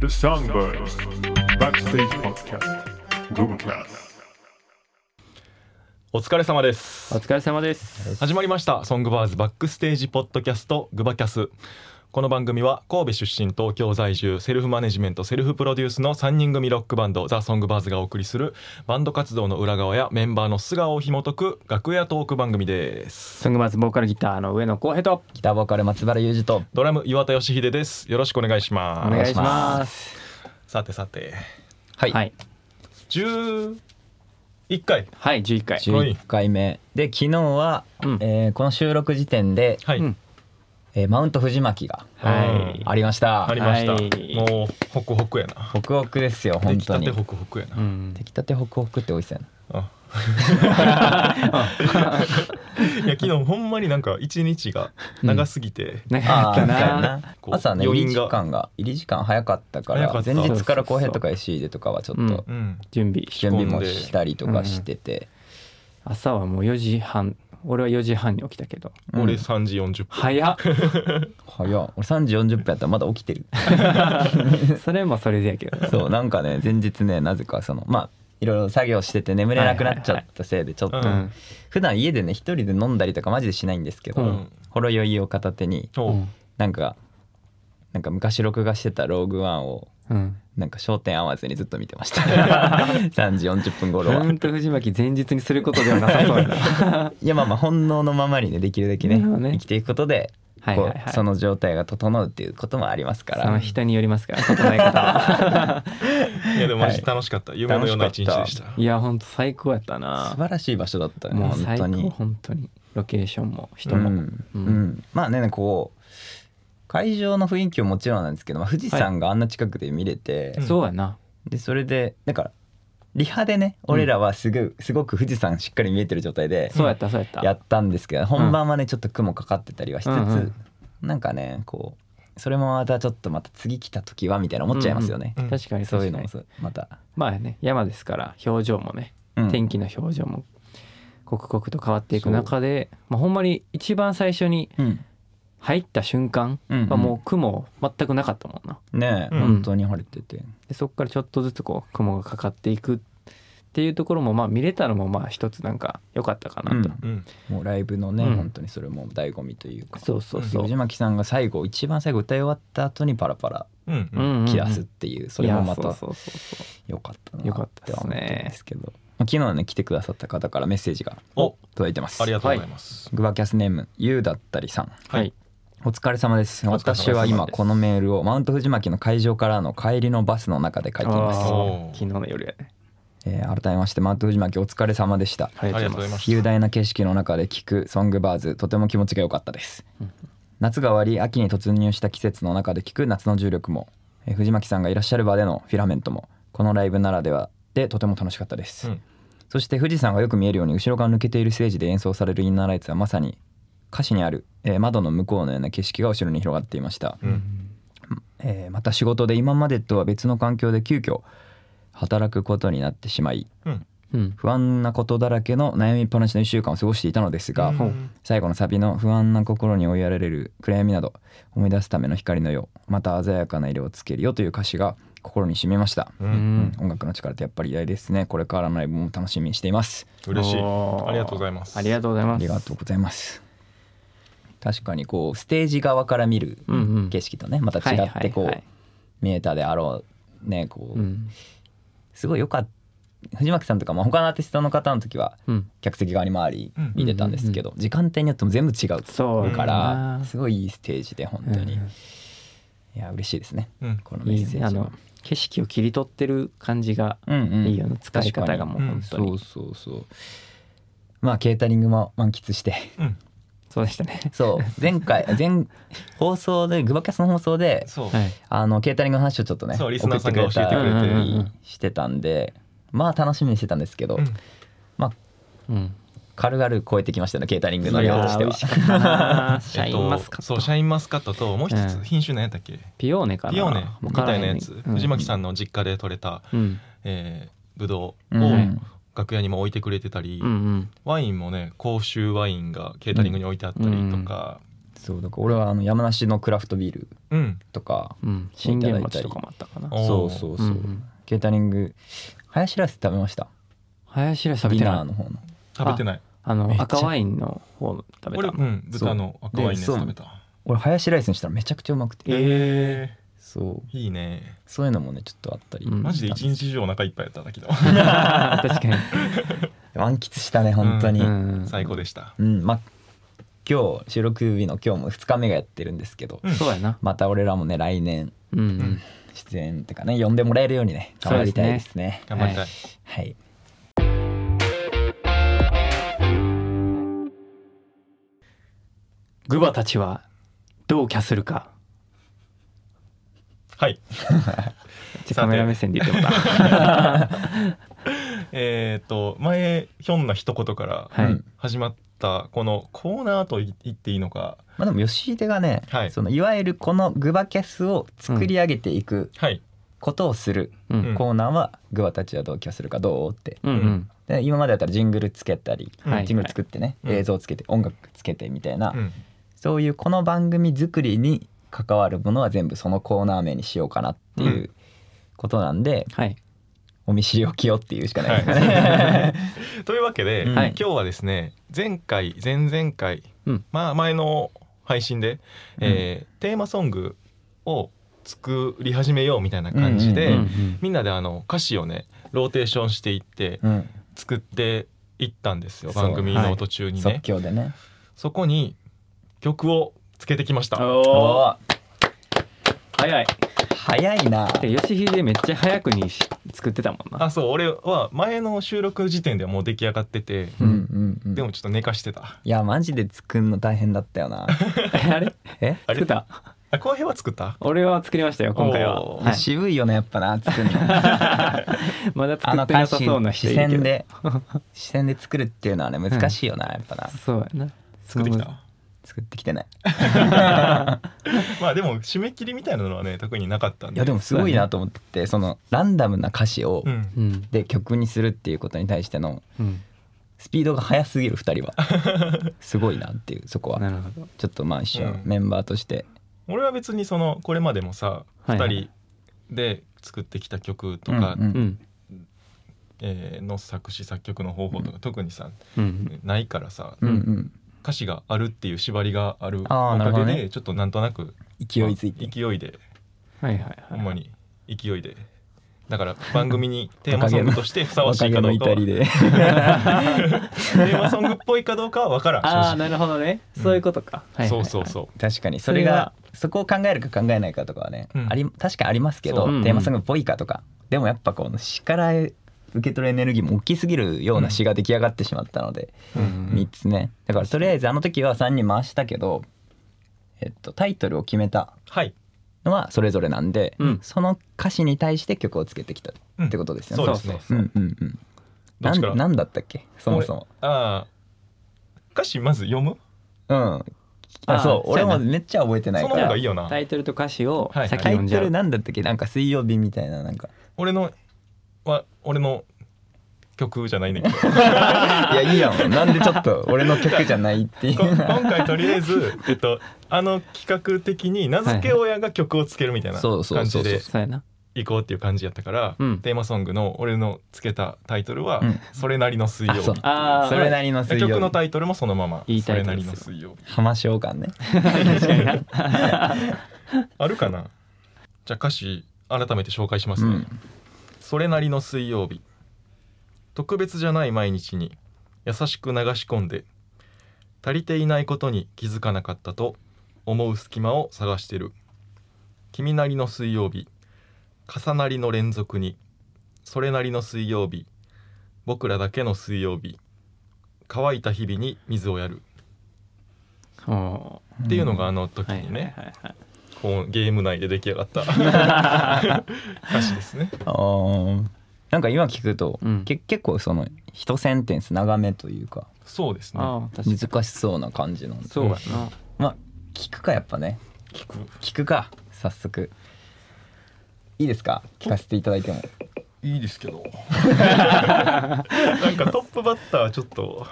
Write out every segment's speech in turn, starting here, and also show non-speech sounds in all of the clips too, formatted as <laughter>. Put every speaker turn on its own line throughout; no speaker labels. Songbirds Backstage Podcast Googlecast
お疲れ様です
お疲れ様です。
始まりましたソングバーズバックステージポッドキャストグバキャスこの番組は神戸出身東京在住セルフマネジメントセルフプロデュースの3人組ロックバンドザ・ソングバーズがお送りするバンド活動の裏側やメンバーの素顔を紐解く楽屋トーク番組です
ソングマズボーカルギターの上野光平と
ギターボーカル松原裕二と
ドラム岩田義秀ですよろしくお願いし
お
ます
願いし
ま
ます。
さてさて
はい、
はい
11回
はい11回。
11回目で昨日は、
うん
えーこの収録時点で、
はい、
うん
えーマウント藤巻が
はい
ありました、
ありました、
はい
もうホクホクやな
ホクホクですよ
出
本
来
当
た
に
てホクホクやな、
うん
出来たてホクホクって美味しそうや
あいや昨日ほんまになんか一日が長すぎて、
長
な
かった
ーそうや
な。
な
こう
朝ね入
余
り
韻
時
が
間が入り時間早かったか
早
ら
かった
前日から
そうそうそう
浩平とか SE でとかはちょっ
うん
と
うん、
準備。
準備もしたりとかしてて、
朝はもう4時半。俺は4時半に起きたけど。
うん
俺3時40分、
<laughs>
早っ。
早っ俺3時40分やったらまだ起
<laughs>
きてる
それもそれでやけど。
そうなんかね前日ねなぜかそのまあいろいろ作業してて眠れなくなっちゃったせいでちょっと、
はいうはいはい
ん。
普段家でね一人で飲んだりとかマジでしないんですけど、
う
うん
ほろ酔いを片手に
おう
なんかなんか昔録画してた「ローグワン」を
うん。
なんか焦点合わずにずっと見てまし
<laughs>
た3時40分頃
マ
は
ウント藤巻前日にすることではなさそうやな。
いやまあまあ本能のままにねできるだけね
なるほどね
生きていくことで
はい
こ
は
う
いはい。
その状態が整うっていうこともありますか
その
ら
人によりますから、整え方は。
<laughs>
いやでもマジ
はい
楽しかった、夢のような一日で
楽
し
した
いや、ほんと最高やった
素
な。
晴らしい場所だったね
もう
本
最
当
高、
に
本当に。ロケーションも人も。
う
うん
ん
うん
うんまあねこう会場の雰囲気ももちろんなんですけど、まあ、富士山があんな近くで見れて、
うん
そうやな。
でそれでだからリハでね俺らはすごいすごく富士山しっかり見えてる状態で
そうやった、そうやった。
やったんですけど本番はねちょっと雲かかってたりはしつつ、
うんうん
なんかねこうそれもまたちょっとまた次来た時はみたいな思っちゃいますよね、
うん
確かに
そうい
確
う
か
の
に
もそうまた、
まあね山ですから表情もね、
うん
天気の表情も刻々と変わっていく中で、まあ、ほんまに一番最初に
うん
入った瞬間
うんうん
はもう雲全くなかったもんな
ねえ、
うん
本当に晴れてて
でそこからちょっとずつこう雲がかかっていくっていうところもまあ見れたのもまあ一つなんか良かったかなと、
うん
もうライブのね、
うん
本当にそれも醍醐味というか
そうそうそう、
藤巻さんが最後一番最後歌い終わった後にパラパラ
うんうん
うんうんうん
切らすっていう、それもま
いや
た
そうそうそうそう
よかったな
よかったっすね
て思ってるんですけど、まあ、昨日ね来てくださった方からメッセージが
お
届いてます
ありがとうございます、
グバキャスネーム YOU だったりさん
はい、
お疲れ様です
お疲れ様です
私は今このメールをマウント藤巻の会場からの帰りのバスの中で書いていま
あ
す
ー
おー
昨日の夜やね
えー改めましてマウント藤巻お疲れ様でした
あり
あ
がとうござい
りがとうござい
ま
ますす
雄大な景色の中で聴くソングバーズとても気持ちが良かったです
うん
夏が終わり秋に突入した季節の中で聴く夏の重力も、えー藤巻さんがいらっしゃる場でのフィラメントもこのライブならではでとても楽しかったです、
うん
そして富士山がよく見えるように後ろが抜けているステージで演奏されるインナーライツはまさに歌詞にある、えー窓の向こうのような景色が後ろに広がっていました、
うん
えーまた仕事で今までとは別の環境で急遽働くことになってしまい
うん
不安なことだらけの悩みっぱなしの1週間を過ごしていたのですが、
うん
最後のサビの不安な心に追いやられる暗闇など思い出すための光のようまた鮮やかな色をつけるよという歌詞が心に染みました、
う
うんん
音楽の力ってやっぱり偉大ですねこれからのライブも楽しみにしています
嬉しい
おー
ありがとうございます
ありがとうござい
あ
ます
りがとうございます確かにこうステージ側から見る
うんうん
景色とねまた違ってこ
はいはいはいう
見えたであろうねこ
う
うんすごいよかった藤巻さんとかまあ他のアーティストの方の時は
うん
客席側に回り
うん
見てたんですけど時間帯によっても全部違う
そうやな
からすごいいいステージで本当に、
うん
いや嬉しいですね
うん
このメ
い
ッ
い
セ
ね
ー
あ
ジは
の景色を切り取ってる感じが
うんうん
いいよね、使い方がもう
確かに
本当に、
そうそうそうまあケータリングも満喫して <laughs>
うん
そうでしたね
そう前回前放送でグバキャスの放送で
そう、
はい
あのケータリングの話をちょっとね
そう
送
リスナー
っ
さ
て
んが
くれ
教えて
た
くれて
うんうんうん
りしてたんでまあ楽しみにしてたんですけど、
うん
まあ
うん
軽々超えてきましたねケータリングの
い
量
や
とし
ー
て
美
は
味しかったなーシャインマス
えっ
カ
と
ッ
そ
ト、
うシャインマスカットともう一つ、
うん
品種なんやったっけ
ピオーネかな
ピオーネみ
わか
た
ら
い
ん
なやつ、
うん
藤巻さんの実家で採れた、
うん
えー、ぶどう
う
を
ん
楽屋にも置いてくれてたり、
うんうん
ワインもね甲州ワインがケータリングに置いてあったりとか、
そうだから俺はあの山梨のクラフトビール
うん
とか
うん、信玄餅とかもあったかな
おー
そうそうそう、
うんうん
ケータリングハヤシライス食べました
林ら食べ
ディ
て
ナー
ない
の方の
食べてない
あ
めっ
の
ちゃ
赤ワインの方の食べ
俺
た
うん豚の赤ワインのやつ
そう
食べた
俺ハヤシライスにしたらめちゃくちゃうまくて、
え
そう
ー、いいね
そういうのもねちょっとあったり、
うん
マジで一日以上お腹いっぱいやっただけど
<laughs> 確かに
満喫したね本当に、
う
うん
<laughs>
ん
最高でした
まあ今日収録日の今日も2日目がやってるんですけど、
うん
そうやな
また俺らもね来年
うん、
ん
出演ってかね呼んでもらえるようにね頑張りたいですね
頑張りたい、
はい
グバたちはどうキャするか
はい
ちょっとカメラ目線で言ってもらった
えっ、と前ひょんな一言から
はい、
うん
始まったこのコーナーとい言っていいのか
まあでも吉井手がね、
はい
い、そのいわゆるこのグバキャスを作り上げていく
はい
ことをする
うん
うん
コーナーは、グバたちはどうキャするかどうって
うんうん
で今までだったらジングルつけたり、
はい
ジングル作ってね、
はい
映像つけて音楽つけてみたいな、
うん
そういうこの番組作りに関わるものは全部そのコーナー名にしようかなっていううことなんで、
はい
お見知りおきよっていうしかないですかね。
というわけで、
うん
今日はですね前回前々回、
うん
まあ前の配信で、えーテーマソングを作り始めようみたいな感じで、
うんうん
みんなであの歌詞をねローテーションしていって
うん、
<laughs>
作っていったんですよ
そう
番組の途中にね、
即興でね。
そこに曲をつけてきました
お
お
お
ー
早い
早いな。
で吉秀めっちゃ早くにし作ってたもんな
あそう俺は前の収録時点ではもう出来上がってて、
うんうんうん。
でもちょっと寝かしてた
いやマジで作んの大変だった
<laughs>
よ
<laughs>
な。
あれ
え、
あ
作
れ
った
あ後編は作った
俺は作りましたよ今回は、
おー
はい、
渋いよねやっぱな作る
<laughs>
の。
まだ
あ
作
の
ってな
歌
さ
詞
そうな人
視
いるけ
線
ど
で視線で作るっていうのはね難しいよな、やっぱな。
そうやな
作ってきた
作ってきてない。
まあでも締め切りみたいなのはね特になかったんで
いやでもすごいなと思っててそのランダムな歌詞を、
うん
うん
で曲にするっていうことに対しての
うん
スピードが速すぎる2人は
<laughs>
すごいなっていうそこ
な
は
るほど
ちょっとまあ一
う
緒
ん
メンバーとして、
俺は別にそのこれまでもさ
はいは
2
い
人で作ってきた曲とか
うんうん
うん
えーの作詞作曲の方法とか特にさ
うん
ないからさ
うんうん
歌詞があるっていう縛りがあるお
あーなるほ
か
ど
げ
ね
でちょっとなんとなく
勢いづいて
勢いで
はいはい
ほ
はい
んまに勢いでだから番組
<laughs>
にテーマソングとしてふさわしいかどうか
若
は
気の至り
<laughs> テ
で
ーマソングっぽいかどうかは分からん
ああ
正
なるほどねそういうことか、は
直
いはい
そうそ
はい
うそう
確かに
そ
そ
れ
れ
が
がそこを考えるか考えないかとかはね、
うん
あり確かにありますけ
そ
ど、
う
うんうん
テーマソングっぽいかとかでもやっぱこの詩から受け取るエネルギーも大きすぎるような詩が出来上がってしまったので、
うんうん
3つねだからとりあえずあの時は3人回したけど、えっと、タイトルを決めた
はい
のはそれぞれなんで、
うん
その歌詞に対して曲をつけてきたってことですよね。
そうですね
うんうんうん
どっ
な
ちから
んなんだったっけそもそも。
ああ歌詞まず読む
うん。あ
あ
そう
そうや
俺
な
もめっちゃ覚えてない
そ
か
の方
ら
がいいよな
タイトルと歌詞を
はいはい
先
タ
に読
イ
んじゃ
ト
う、
ルなんだったっけなんか水曜日みたいななんか
俺のは俺の曲じゃないねんけ
<laughs>
ど
<laughs> いやいいやんなんでちょっと俺の曲じゃないっていう
こ今回とりあえず、
<laughs>
えっと、あの企画的に名付け親が曲をつけるみたいな
そうそう
感
そ
じ
うそう
で
そうやな
行こうっていう感じやったから、
うん
テーマソングの俺のつけたタイトルは
うん
「それなりの水曜
あそ
日
う
あ
それなりの」水曜日
曲のタイトルもそのまま
いい
そ
タイ
れ
ト
な
ル
り
ですよ
の水曜日
浜召喚ね
確かにな
あるかなじゃあ歌詞改めて紹介します
う
ね、
ん
それなりの水曜日特別じゃない毎日に優しく流し込んで足りていないことに気づかなかったと思う隙間を探してる君なりの水曜日重なりの連続にそれなりの水曜日僕らだけの水曜日乾いた日々に水をやる
お
っ
って
いうのがあの時
ーはい
にね
はいはいはい
こうゲーム内で出来上がった
<laughs>
歌詞ですね。
あーなんか今聞くと、
うん
け結構その一センテンス長めというか
そうですね
ああ確かに
難しそうな感じなんで
そうやな
まあ聞くかやっぱね
聞く
聞くか早速いいですか聞かせていただいても
い <laughs> いですけどなんかトップバッターちょっと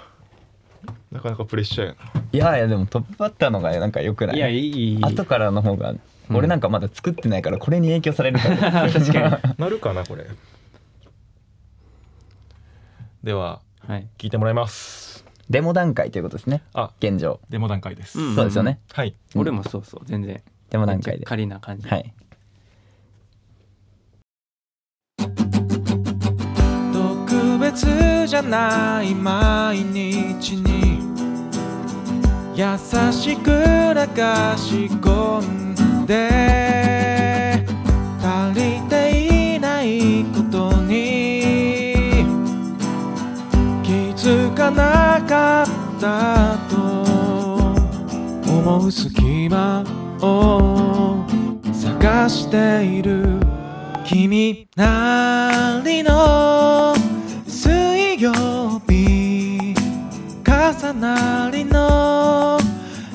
なかなかプレッシャーやない
やいやでもトップバッターのがなんか良くない
いやいいいい
後からの方が
ん
俺なんかまだ作ってないからこれに影響されるから <laughs> 確かに
なるかなこれでは
<laughs> はい
聞いてもらいます
デモ段階ということですね
あ
現状
デモ段階です、
うん
そうですよね
はい
うん
俺もそうそう全然
デモ
めっ
段
ちゃ
階で
仮な感じ
はい
特別じゃない毎日に優しく流し込んで足りていないことに気づかなかったと思う隙間を探している君なりの水曜日重なりの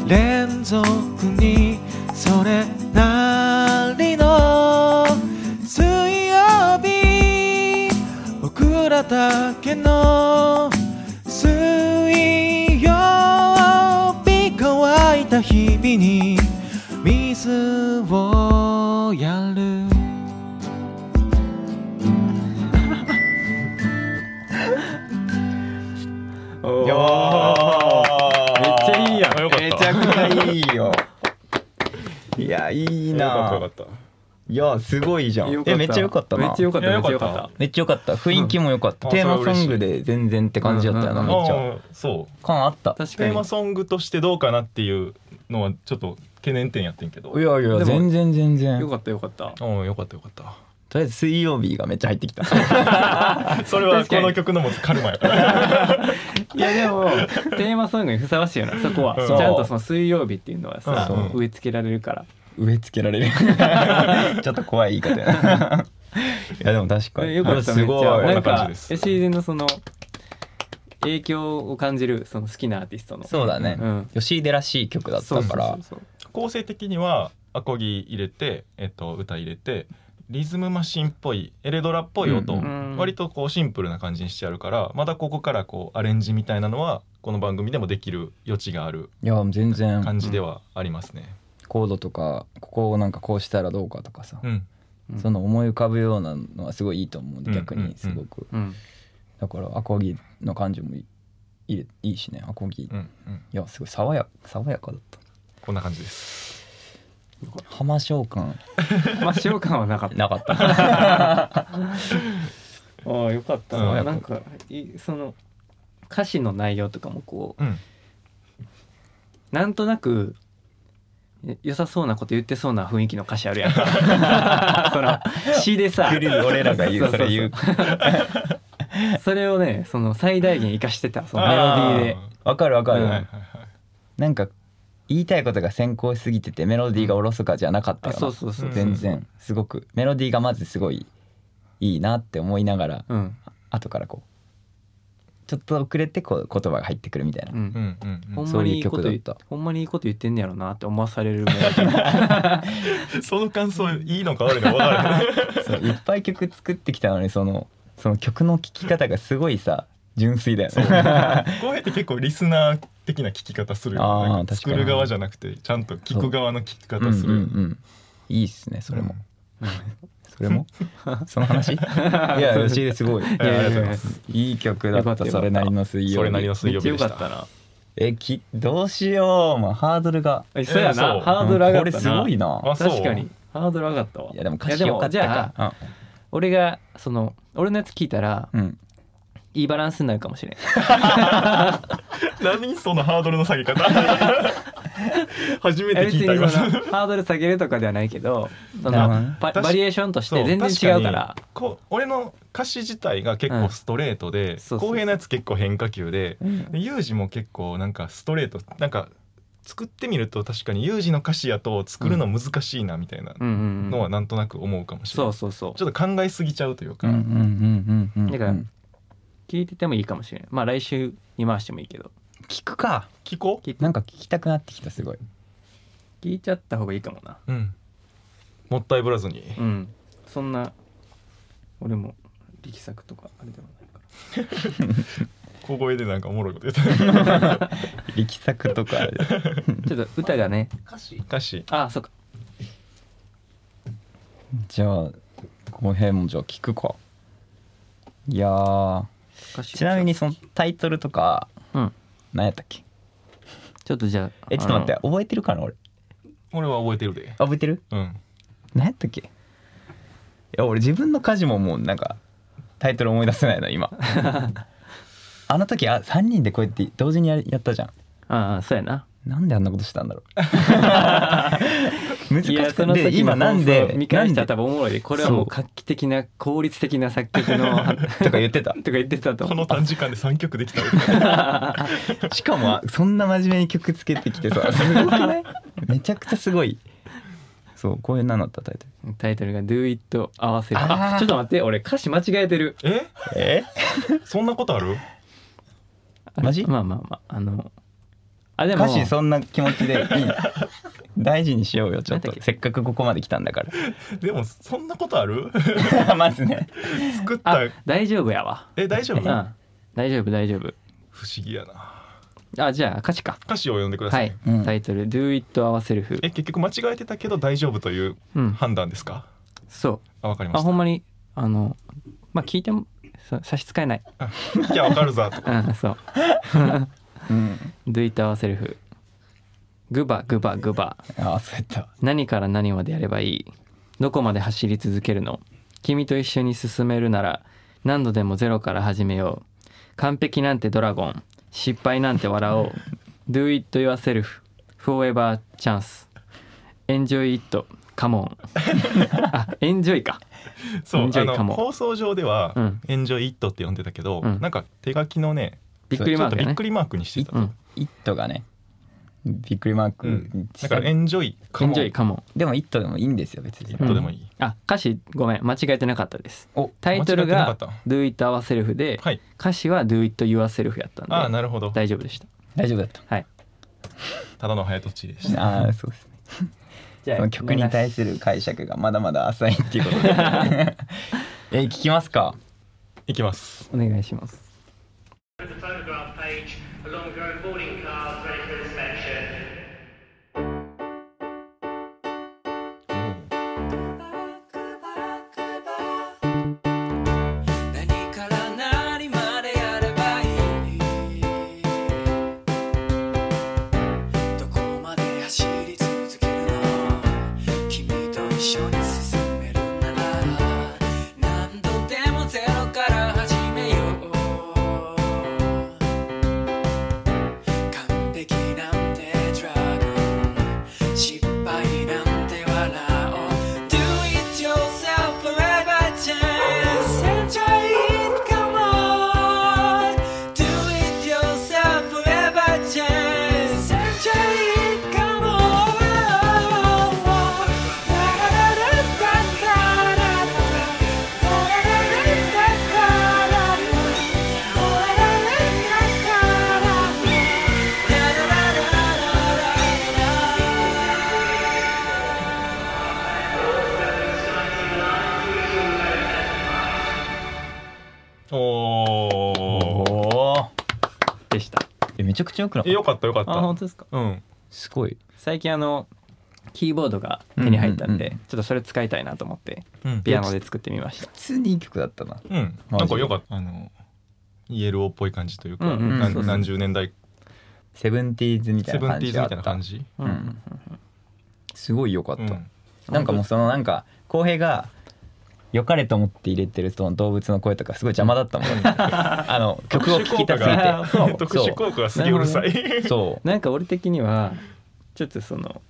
連続にそれなりの水曜日僕らだけの水曜日乾いた日々に水をやる
おーめっちゃいいやん
よかった
めちゃくちゃいいよいやいい
よかったよか
な
った
いやすごいじゃん
よか
え
た
めっちゃ良かったな
めっちゃ良かった
い
め
や
っちゃ良
よか
か
っ
っ
めっちゃ良かった雰囲気も良かった、
うん
テー
あ
マ
それ嬉し
ソ
い
ングで全然って感じだったよな、
うんうん
めっちゃ、
ああそう
感あった
た確か
テー
に
マソングとしてどうかなっていうのはちょっと懸念点やってんけど
いやいや
でも
全然全
よ
然
かったよかった
うんよかったよかった
とりあえず水曜日がめっちゃ入って
<laughs>
きた
それは
確か
こ
に
の曲の持つカルマやから。
いやでもテーマソングにふさわしいよなそこは
うん
ちゃんとその水曜日っていうのはさ
うん
植え付けられるから
植え付けられる <laughs> ちょっと怖い言い
<laughs>
方やないやでも確かに
よかった
す
めっち
ごい
ゃな
こ
ん
んな感
か
じです
SEZ のその影響を感じるその好きなアーティストの
そうだね、
うん
吉井出らしい曲だったから
そうそうそう
構成的にはアコギ入れて、えっと、歌入れてリズムマシンっぽいエレドラっぽい音、
うん
うん
割とこうシンプルな感じにしてあるからまだここからこうアレンジみたいなのはこの番組でもできる余地がある
いや全然
感じではありますね。
コードとかここをなんかこうしたらどうかとかさ、
うん、
うん
その思い浮かぶようなのはすごいいいと思うんで
うん
逆にすごく、
うん
だからアコギの感じもいいいいいしねアコギ、
うん
い
うん
やすごい爽や爽やかだった
こんな感じです。
浜召喚
まあ塩感はなかった
なかった
<laughs> ああよかった
う
なんなんかいその歌詞の内容とかもこう
うん、
なんとなくえ良さそうなこと言ってそうな雰囲気の歌詞あるやんその詩でさ
俺らが言う
そ
そ
そうそ
う
う
れ言う
それをねその最大限生かしてたそのメロディーで
わかるわかる、
うん
はいはいはい
なんか言いたいことが先行しすぎててメロディーがおろそかじゃなかった
あ
よな
そうそうそう
うん
全然すごくメロディーがまずすごいいいなって思いながら
うん
後からこうちょっと遅れてこう言葉が入ってくるみたいな、
う
うんんうん
ほ
うん
ん
まにいいこと
そうい
言
う曲だった
ほんまにいいこと言ってんねやろなって思わされるぐらい
ん、その感想いいのか悪いのか分からない。
そういっぱい曲作ってきたのにそのその曲の聴き方がすごいさ純粋だよね
こうやって結構リスナー的な聞き方するよね
あー
なんか
確か
作
に
る側じゃなくてちゃんと聞く側の聞き
うんう
方
ん
するよね
うんいいっすねそれも、
うん
それもそ
<laughs>
の <laughs> 話いや吉井ですごいい
やいやいや
いい曲だ
よか
っ
った
た
よかった
それなりの水曜日
それなりの水
め
曜
っ
日
ちゃよ
で
か
し
った
た。
な
えきどうしようもうハードルが
えそうや
いやそ
な
う
ハードル上が
こ
っ
れ
た
す
な
ごいな
あそう
確かにハードル上がったわ
いやでも歌詞良かっ
いやでもじゃ
た
あ
か
俺がその俺のやつ聞いたら
うんうん
いいバランスになるかもしれん
何そのハードルの下
<laughs>
げ方初め
え
て
別に
聞い
そ
た
の
よ
ハードル下げるとかではないけどそ
なるほど
の
ね
バ
確か
バリエーションとして
そう
全然違うから
確にこう俺の歌詞自体が結構ストレートで
そうそうそう
浩平のやつ結構変化球ででユージも結構なんかストレートなんか作ってみると確かにユージの歌詞やと作るの難しいなみたいな
うんうん
の
う
は
ん
なんとなく思うかもしれ
そ
ないう
そうそう
ちょっと考えすぎちゃうという
う
か
んうんうんうんうん
だから聞いててもいいかもしれんまあ来週に回してもいいけど
聞くか
聞こう
なんか聞きたくなってきた
<laughs>
すごい
聞いちゃった方がいいかもな
うんもったいぶらずに
うんそんな俺も力作とかあれではないから
小声でなんかおもろいこと言ってた
力作とかある
ちょっと歌がね
歌詞
歌詞
あそうか
じゃあこの辺もじゃあ聞くかいやー
歌詞
ちなみにそのタイトルとか
うん
何やったっけ
ちょっとじゃあ
えちょっと待っ
あ
て覚えてるかな俺
俺は覚えてるで
覚えてる
うん
何やったっけいや俺自分の家事ももうなんかタイトル思い出せない
<laughs>
な今あの時あ3人でこうやって同時にややったじゃん
のああそうやな
なんであんなことした
<laughs>
んだろう難し
いや
く
その
て
時
今
の
なん
放
で
送見返したら
なんで
多分おもろいでこれはもう
そう
画期的な効率的な作曲
<laughs>
の
とか言ってた
とか <laughs> 言ってたと
こ
思
の
う
短時間で3曲できた
しかもそんな真面目に曲つけてきてさすごくないめちゃくちゃすごいそうこういう何だったタイトル
タイトルが「Do It 合わせる」
あ
あ
ー
ちょっと待って俺歌詞間違 <laughs> えてる
え
え
そんなことある
あ
マ
<laughs>
ジ
まあまあまああのあでも
歌詞そんな気持ちでいい大事にしようよちょ
なん
っ
だ
と
っけ
せっかくここまで来たんだか
でもそんなことある <laughs>
ら <laughs> まずね
作っ
あ
た
大丈夫やわ
え大丈
う
夫
ん大丈夫大丈夫
不思議やな
あじゃあ歌詞か
歌詞を読んでくだ
は
さい、
い、
うん
タイトル「Do It Ourself
え」結局間違えてたけど大丈夫という
うん
判断ですか、
そう
あわかりま
あ
し
ほ
た
んまにあのまあ聞いてもさ差し支えない
いやわかる
<laughs>
ぞと
うんそう
うん
「Do It Ourself」「グバグバグバ」
あそうやった
何から何までやればいいどこまで走り続けるの君と一緒に進めるなら何度でもゼロから始めよう完璧なんてドラゴン失敗なんて笑おう Do it yourself forever chance enjoy it come on
<laughs>
あ enjoy か
そうあ
Enjoy か
の
も
放送上では
うん
「エンジョイ・イット」って呼んでたけど、
うん
なんか手書きのね
びっくり
ちょ
マー
っとび
クや
っ
ね
くりマークにしてた、
う
うん
ん
「イット!」がねびっくりマーク、
だから「エンジョイ」かも
enjoy come on
でも「イット!」でもいいんですよ別に
イットでもいい、
あ歌詞ごめん間違えてなかったです
お
タイトル
間違え
が
てなかっ
「Do it yourself」で
はい
歌詞は「Do it yourself」やったんで
ああなるほど
大丈夫でした
大丈夫だった
はい
ただの早とちりでした
ああそうですね
じ
その曲に対する解釈がまだまだ浅いっていうことでえ聞きますか
いきます
お願いします。
There's a photograph page along with your own boarding cards ready for inspection.
何から何までやればいいどこまで走り続けるの君と一緒に進めるなら何度でもゼロから始めよう完璧なんてドラゴン失敗なんて笑おう Do it yourself forever chance Enjoy it come on Do it yourself forever chance Enjoy it come on
おお
お
でした。
えめちゃくちゃよくなかっ
よかったよかっ
あ本
た
当ですか。
うん
すごい
最近あのキーボードが手に入ったんで、
うんうん
ちょっとそれ使いたいなと思って
うん
ピアノで作ってみました
普。通にいい曲だったな
うん
マジ
なんかよかったあのイエローっぽい感じというか、
うんうん
な
そうそう
何十年代
セブンティーズみた
セ
いな
ブン
感
ティー
じ
ズ
が
み
あった
いな感じ、
うんうんすごい良かった、
うん
なんかもうそのなんか浩平が良かれと思って入れてるその動物の声とかすごい邪魔だった
<laughs>
もん、あの曲を聴きたすぎてそう
特殊効果がすげえうるさい、
そう
なんか俺的にはちょっとその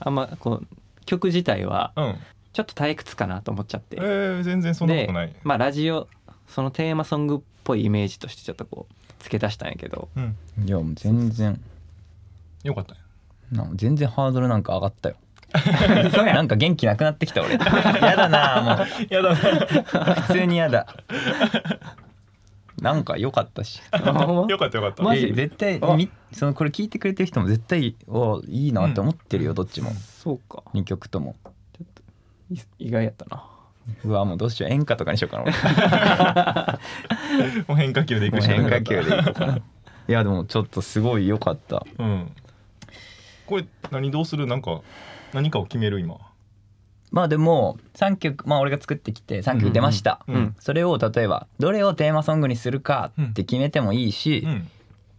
あんまこう曲自体は
うん
ちょっと退屈かなと思っちゃって。
えー、全然そんなことない
で、まあラジオそのテーマソングっぽいイメージとしてちょっとこう付け足したんやけ <laughs> ど。
うん、
いやもう全然
よかったね
なんか全然ハードルなんか上がっ
<laughs>
たよなんか元気なくなってきた俺やだなもう
やだ
普通にや
<laughs>
だなんか良かったし
あほんま
よかったよかった
マジ
いや絶対
あ
みそのこれ聞いてくれてる人も絶対おいいなって思ってるよ、どっちも
そうか。
2曲とも
い意外やったな。
うわもうどうしよう演歌とかにしようかな
<laughs>
俺
もう変化球でい
も
く
う
しか
変
なかっ
化
た
球でいこうか <laughs> ないやでもちょっとすごい良かった
うんこれ何どうするなんか何かを決める今
まあでも3曲まあ俺が作ってきて3曲出ました、
うんうん
それを例えばどれをテーマソングにするかって決めてもいいし、
うん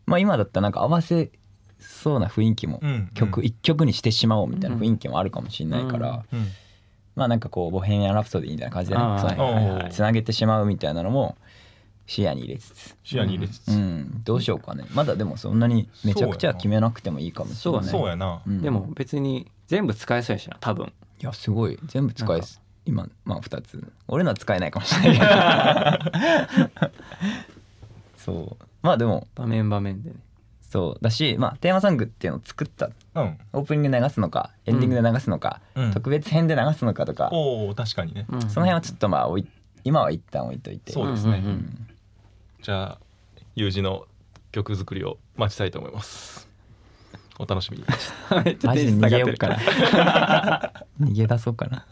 まあ今だったらなんか合わせそうな雰囲気も、
うん
曲1曲にしてしまおうみたいな雰囲気もあるかもしれないから、
うん
うん
まあなんかこう「ボヘミアン・ラプソディ」みたいな感じでね
あー
そう
はいはいはい
つなげてしまうみたいなのも視野に入れつつ、
視野に入れつつ、
うん、どうしようかねまだでもそんなにめちゃくちゃ決めなくてもいいかもしれない。
そうやな、
うん
でも別に全部使えそうやしな多分
いやすごい全部使えす今まあ2つ俺のは使えないかもしれない
<laughs>
けどそうまあでも
場面場面でね
そうだしまあテーマソングっていうのを作った
うん
オープニングで流すのかエンディングで流すのか、
うん
特別編で流すのかとか、
おお確かにね、
うん
その辺はちょっとまあおい今は一旦置いといて
そうですね
んんん
じゃあ友人の曲作りを待ちたいと思いますお楽しみに
め <laughs> っちゃ
マ
テ
ジ
ン
で
ション下が
逃げ
っ
よ
て
う
る
かな
<laughs>
逃げ出そうかな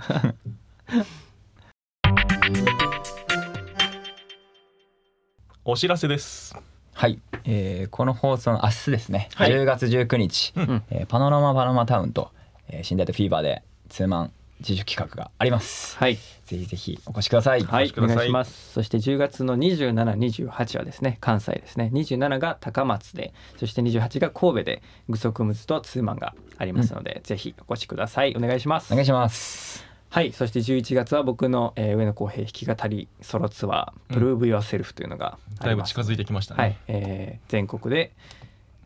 お知らせです
はい、えーこの放送の明日ですね、
はい
10月19日、
ん
えーパノラマパノラマタウンと、えー、新大とフィーバーでツーマン自主企画があります、
はい
ぜひぜひお越しください、
は
お
いお
待ちください
願いしますそして10月の2728はですね関西ですね27が高松でそして28が神戸でグソクムズとツーマンがありますので、ぜひお越しくださいお願いします
お願いします
はいそして11月は僕の、えー上野公平弾き語りソロツアー「Prove Yourself」というのがあ
だい
り
ぶ
ます
近づいてきましたね
はい、えー全国で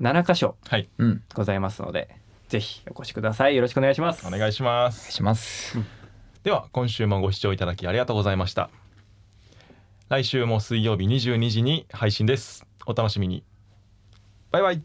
7カ所
はい、
うんお願
ございますのでぜひお越しくださいよろしくお願いします
お願いします
いします、
では今週もご視聴いただきありがとうございました来週も水曜日22時に配信ですお楽しみにバイバイ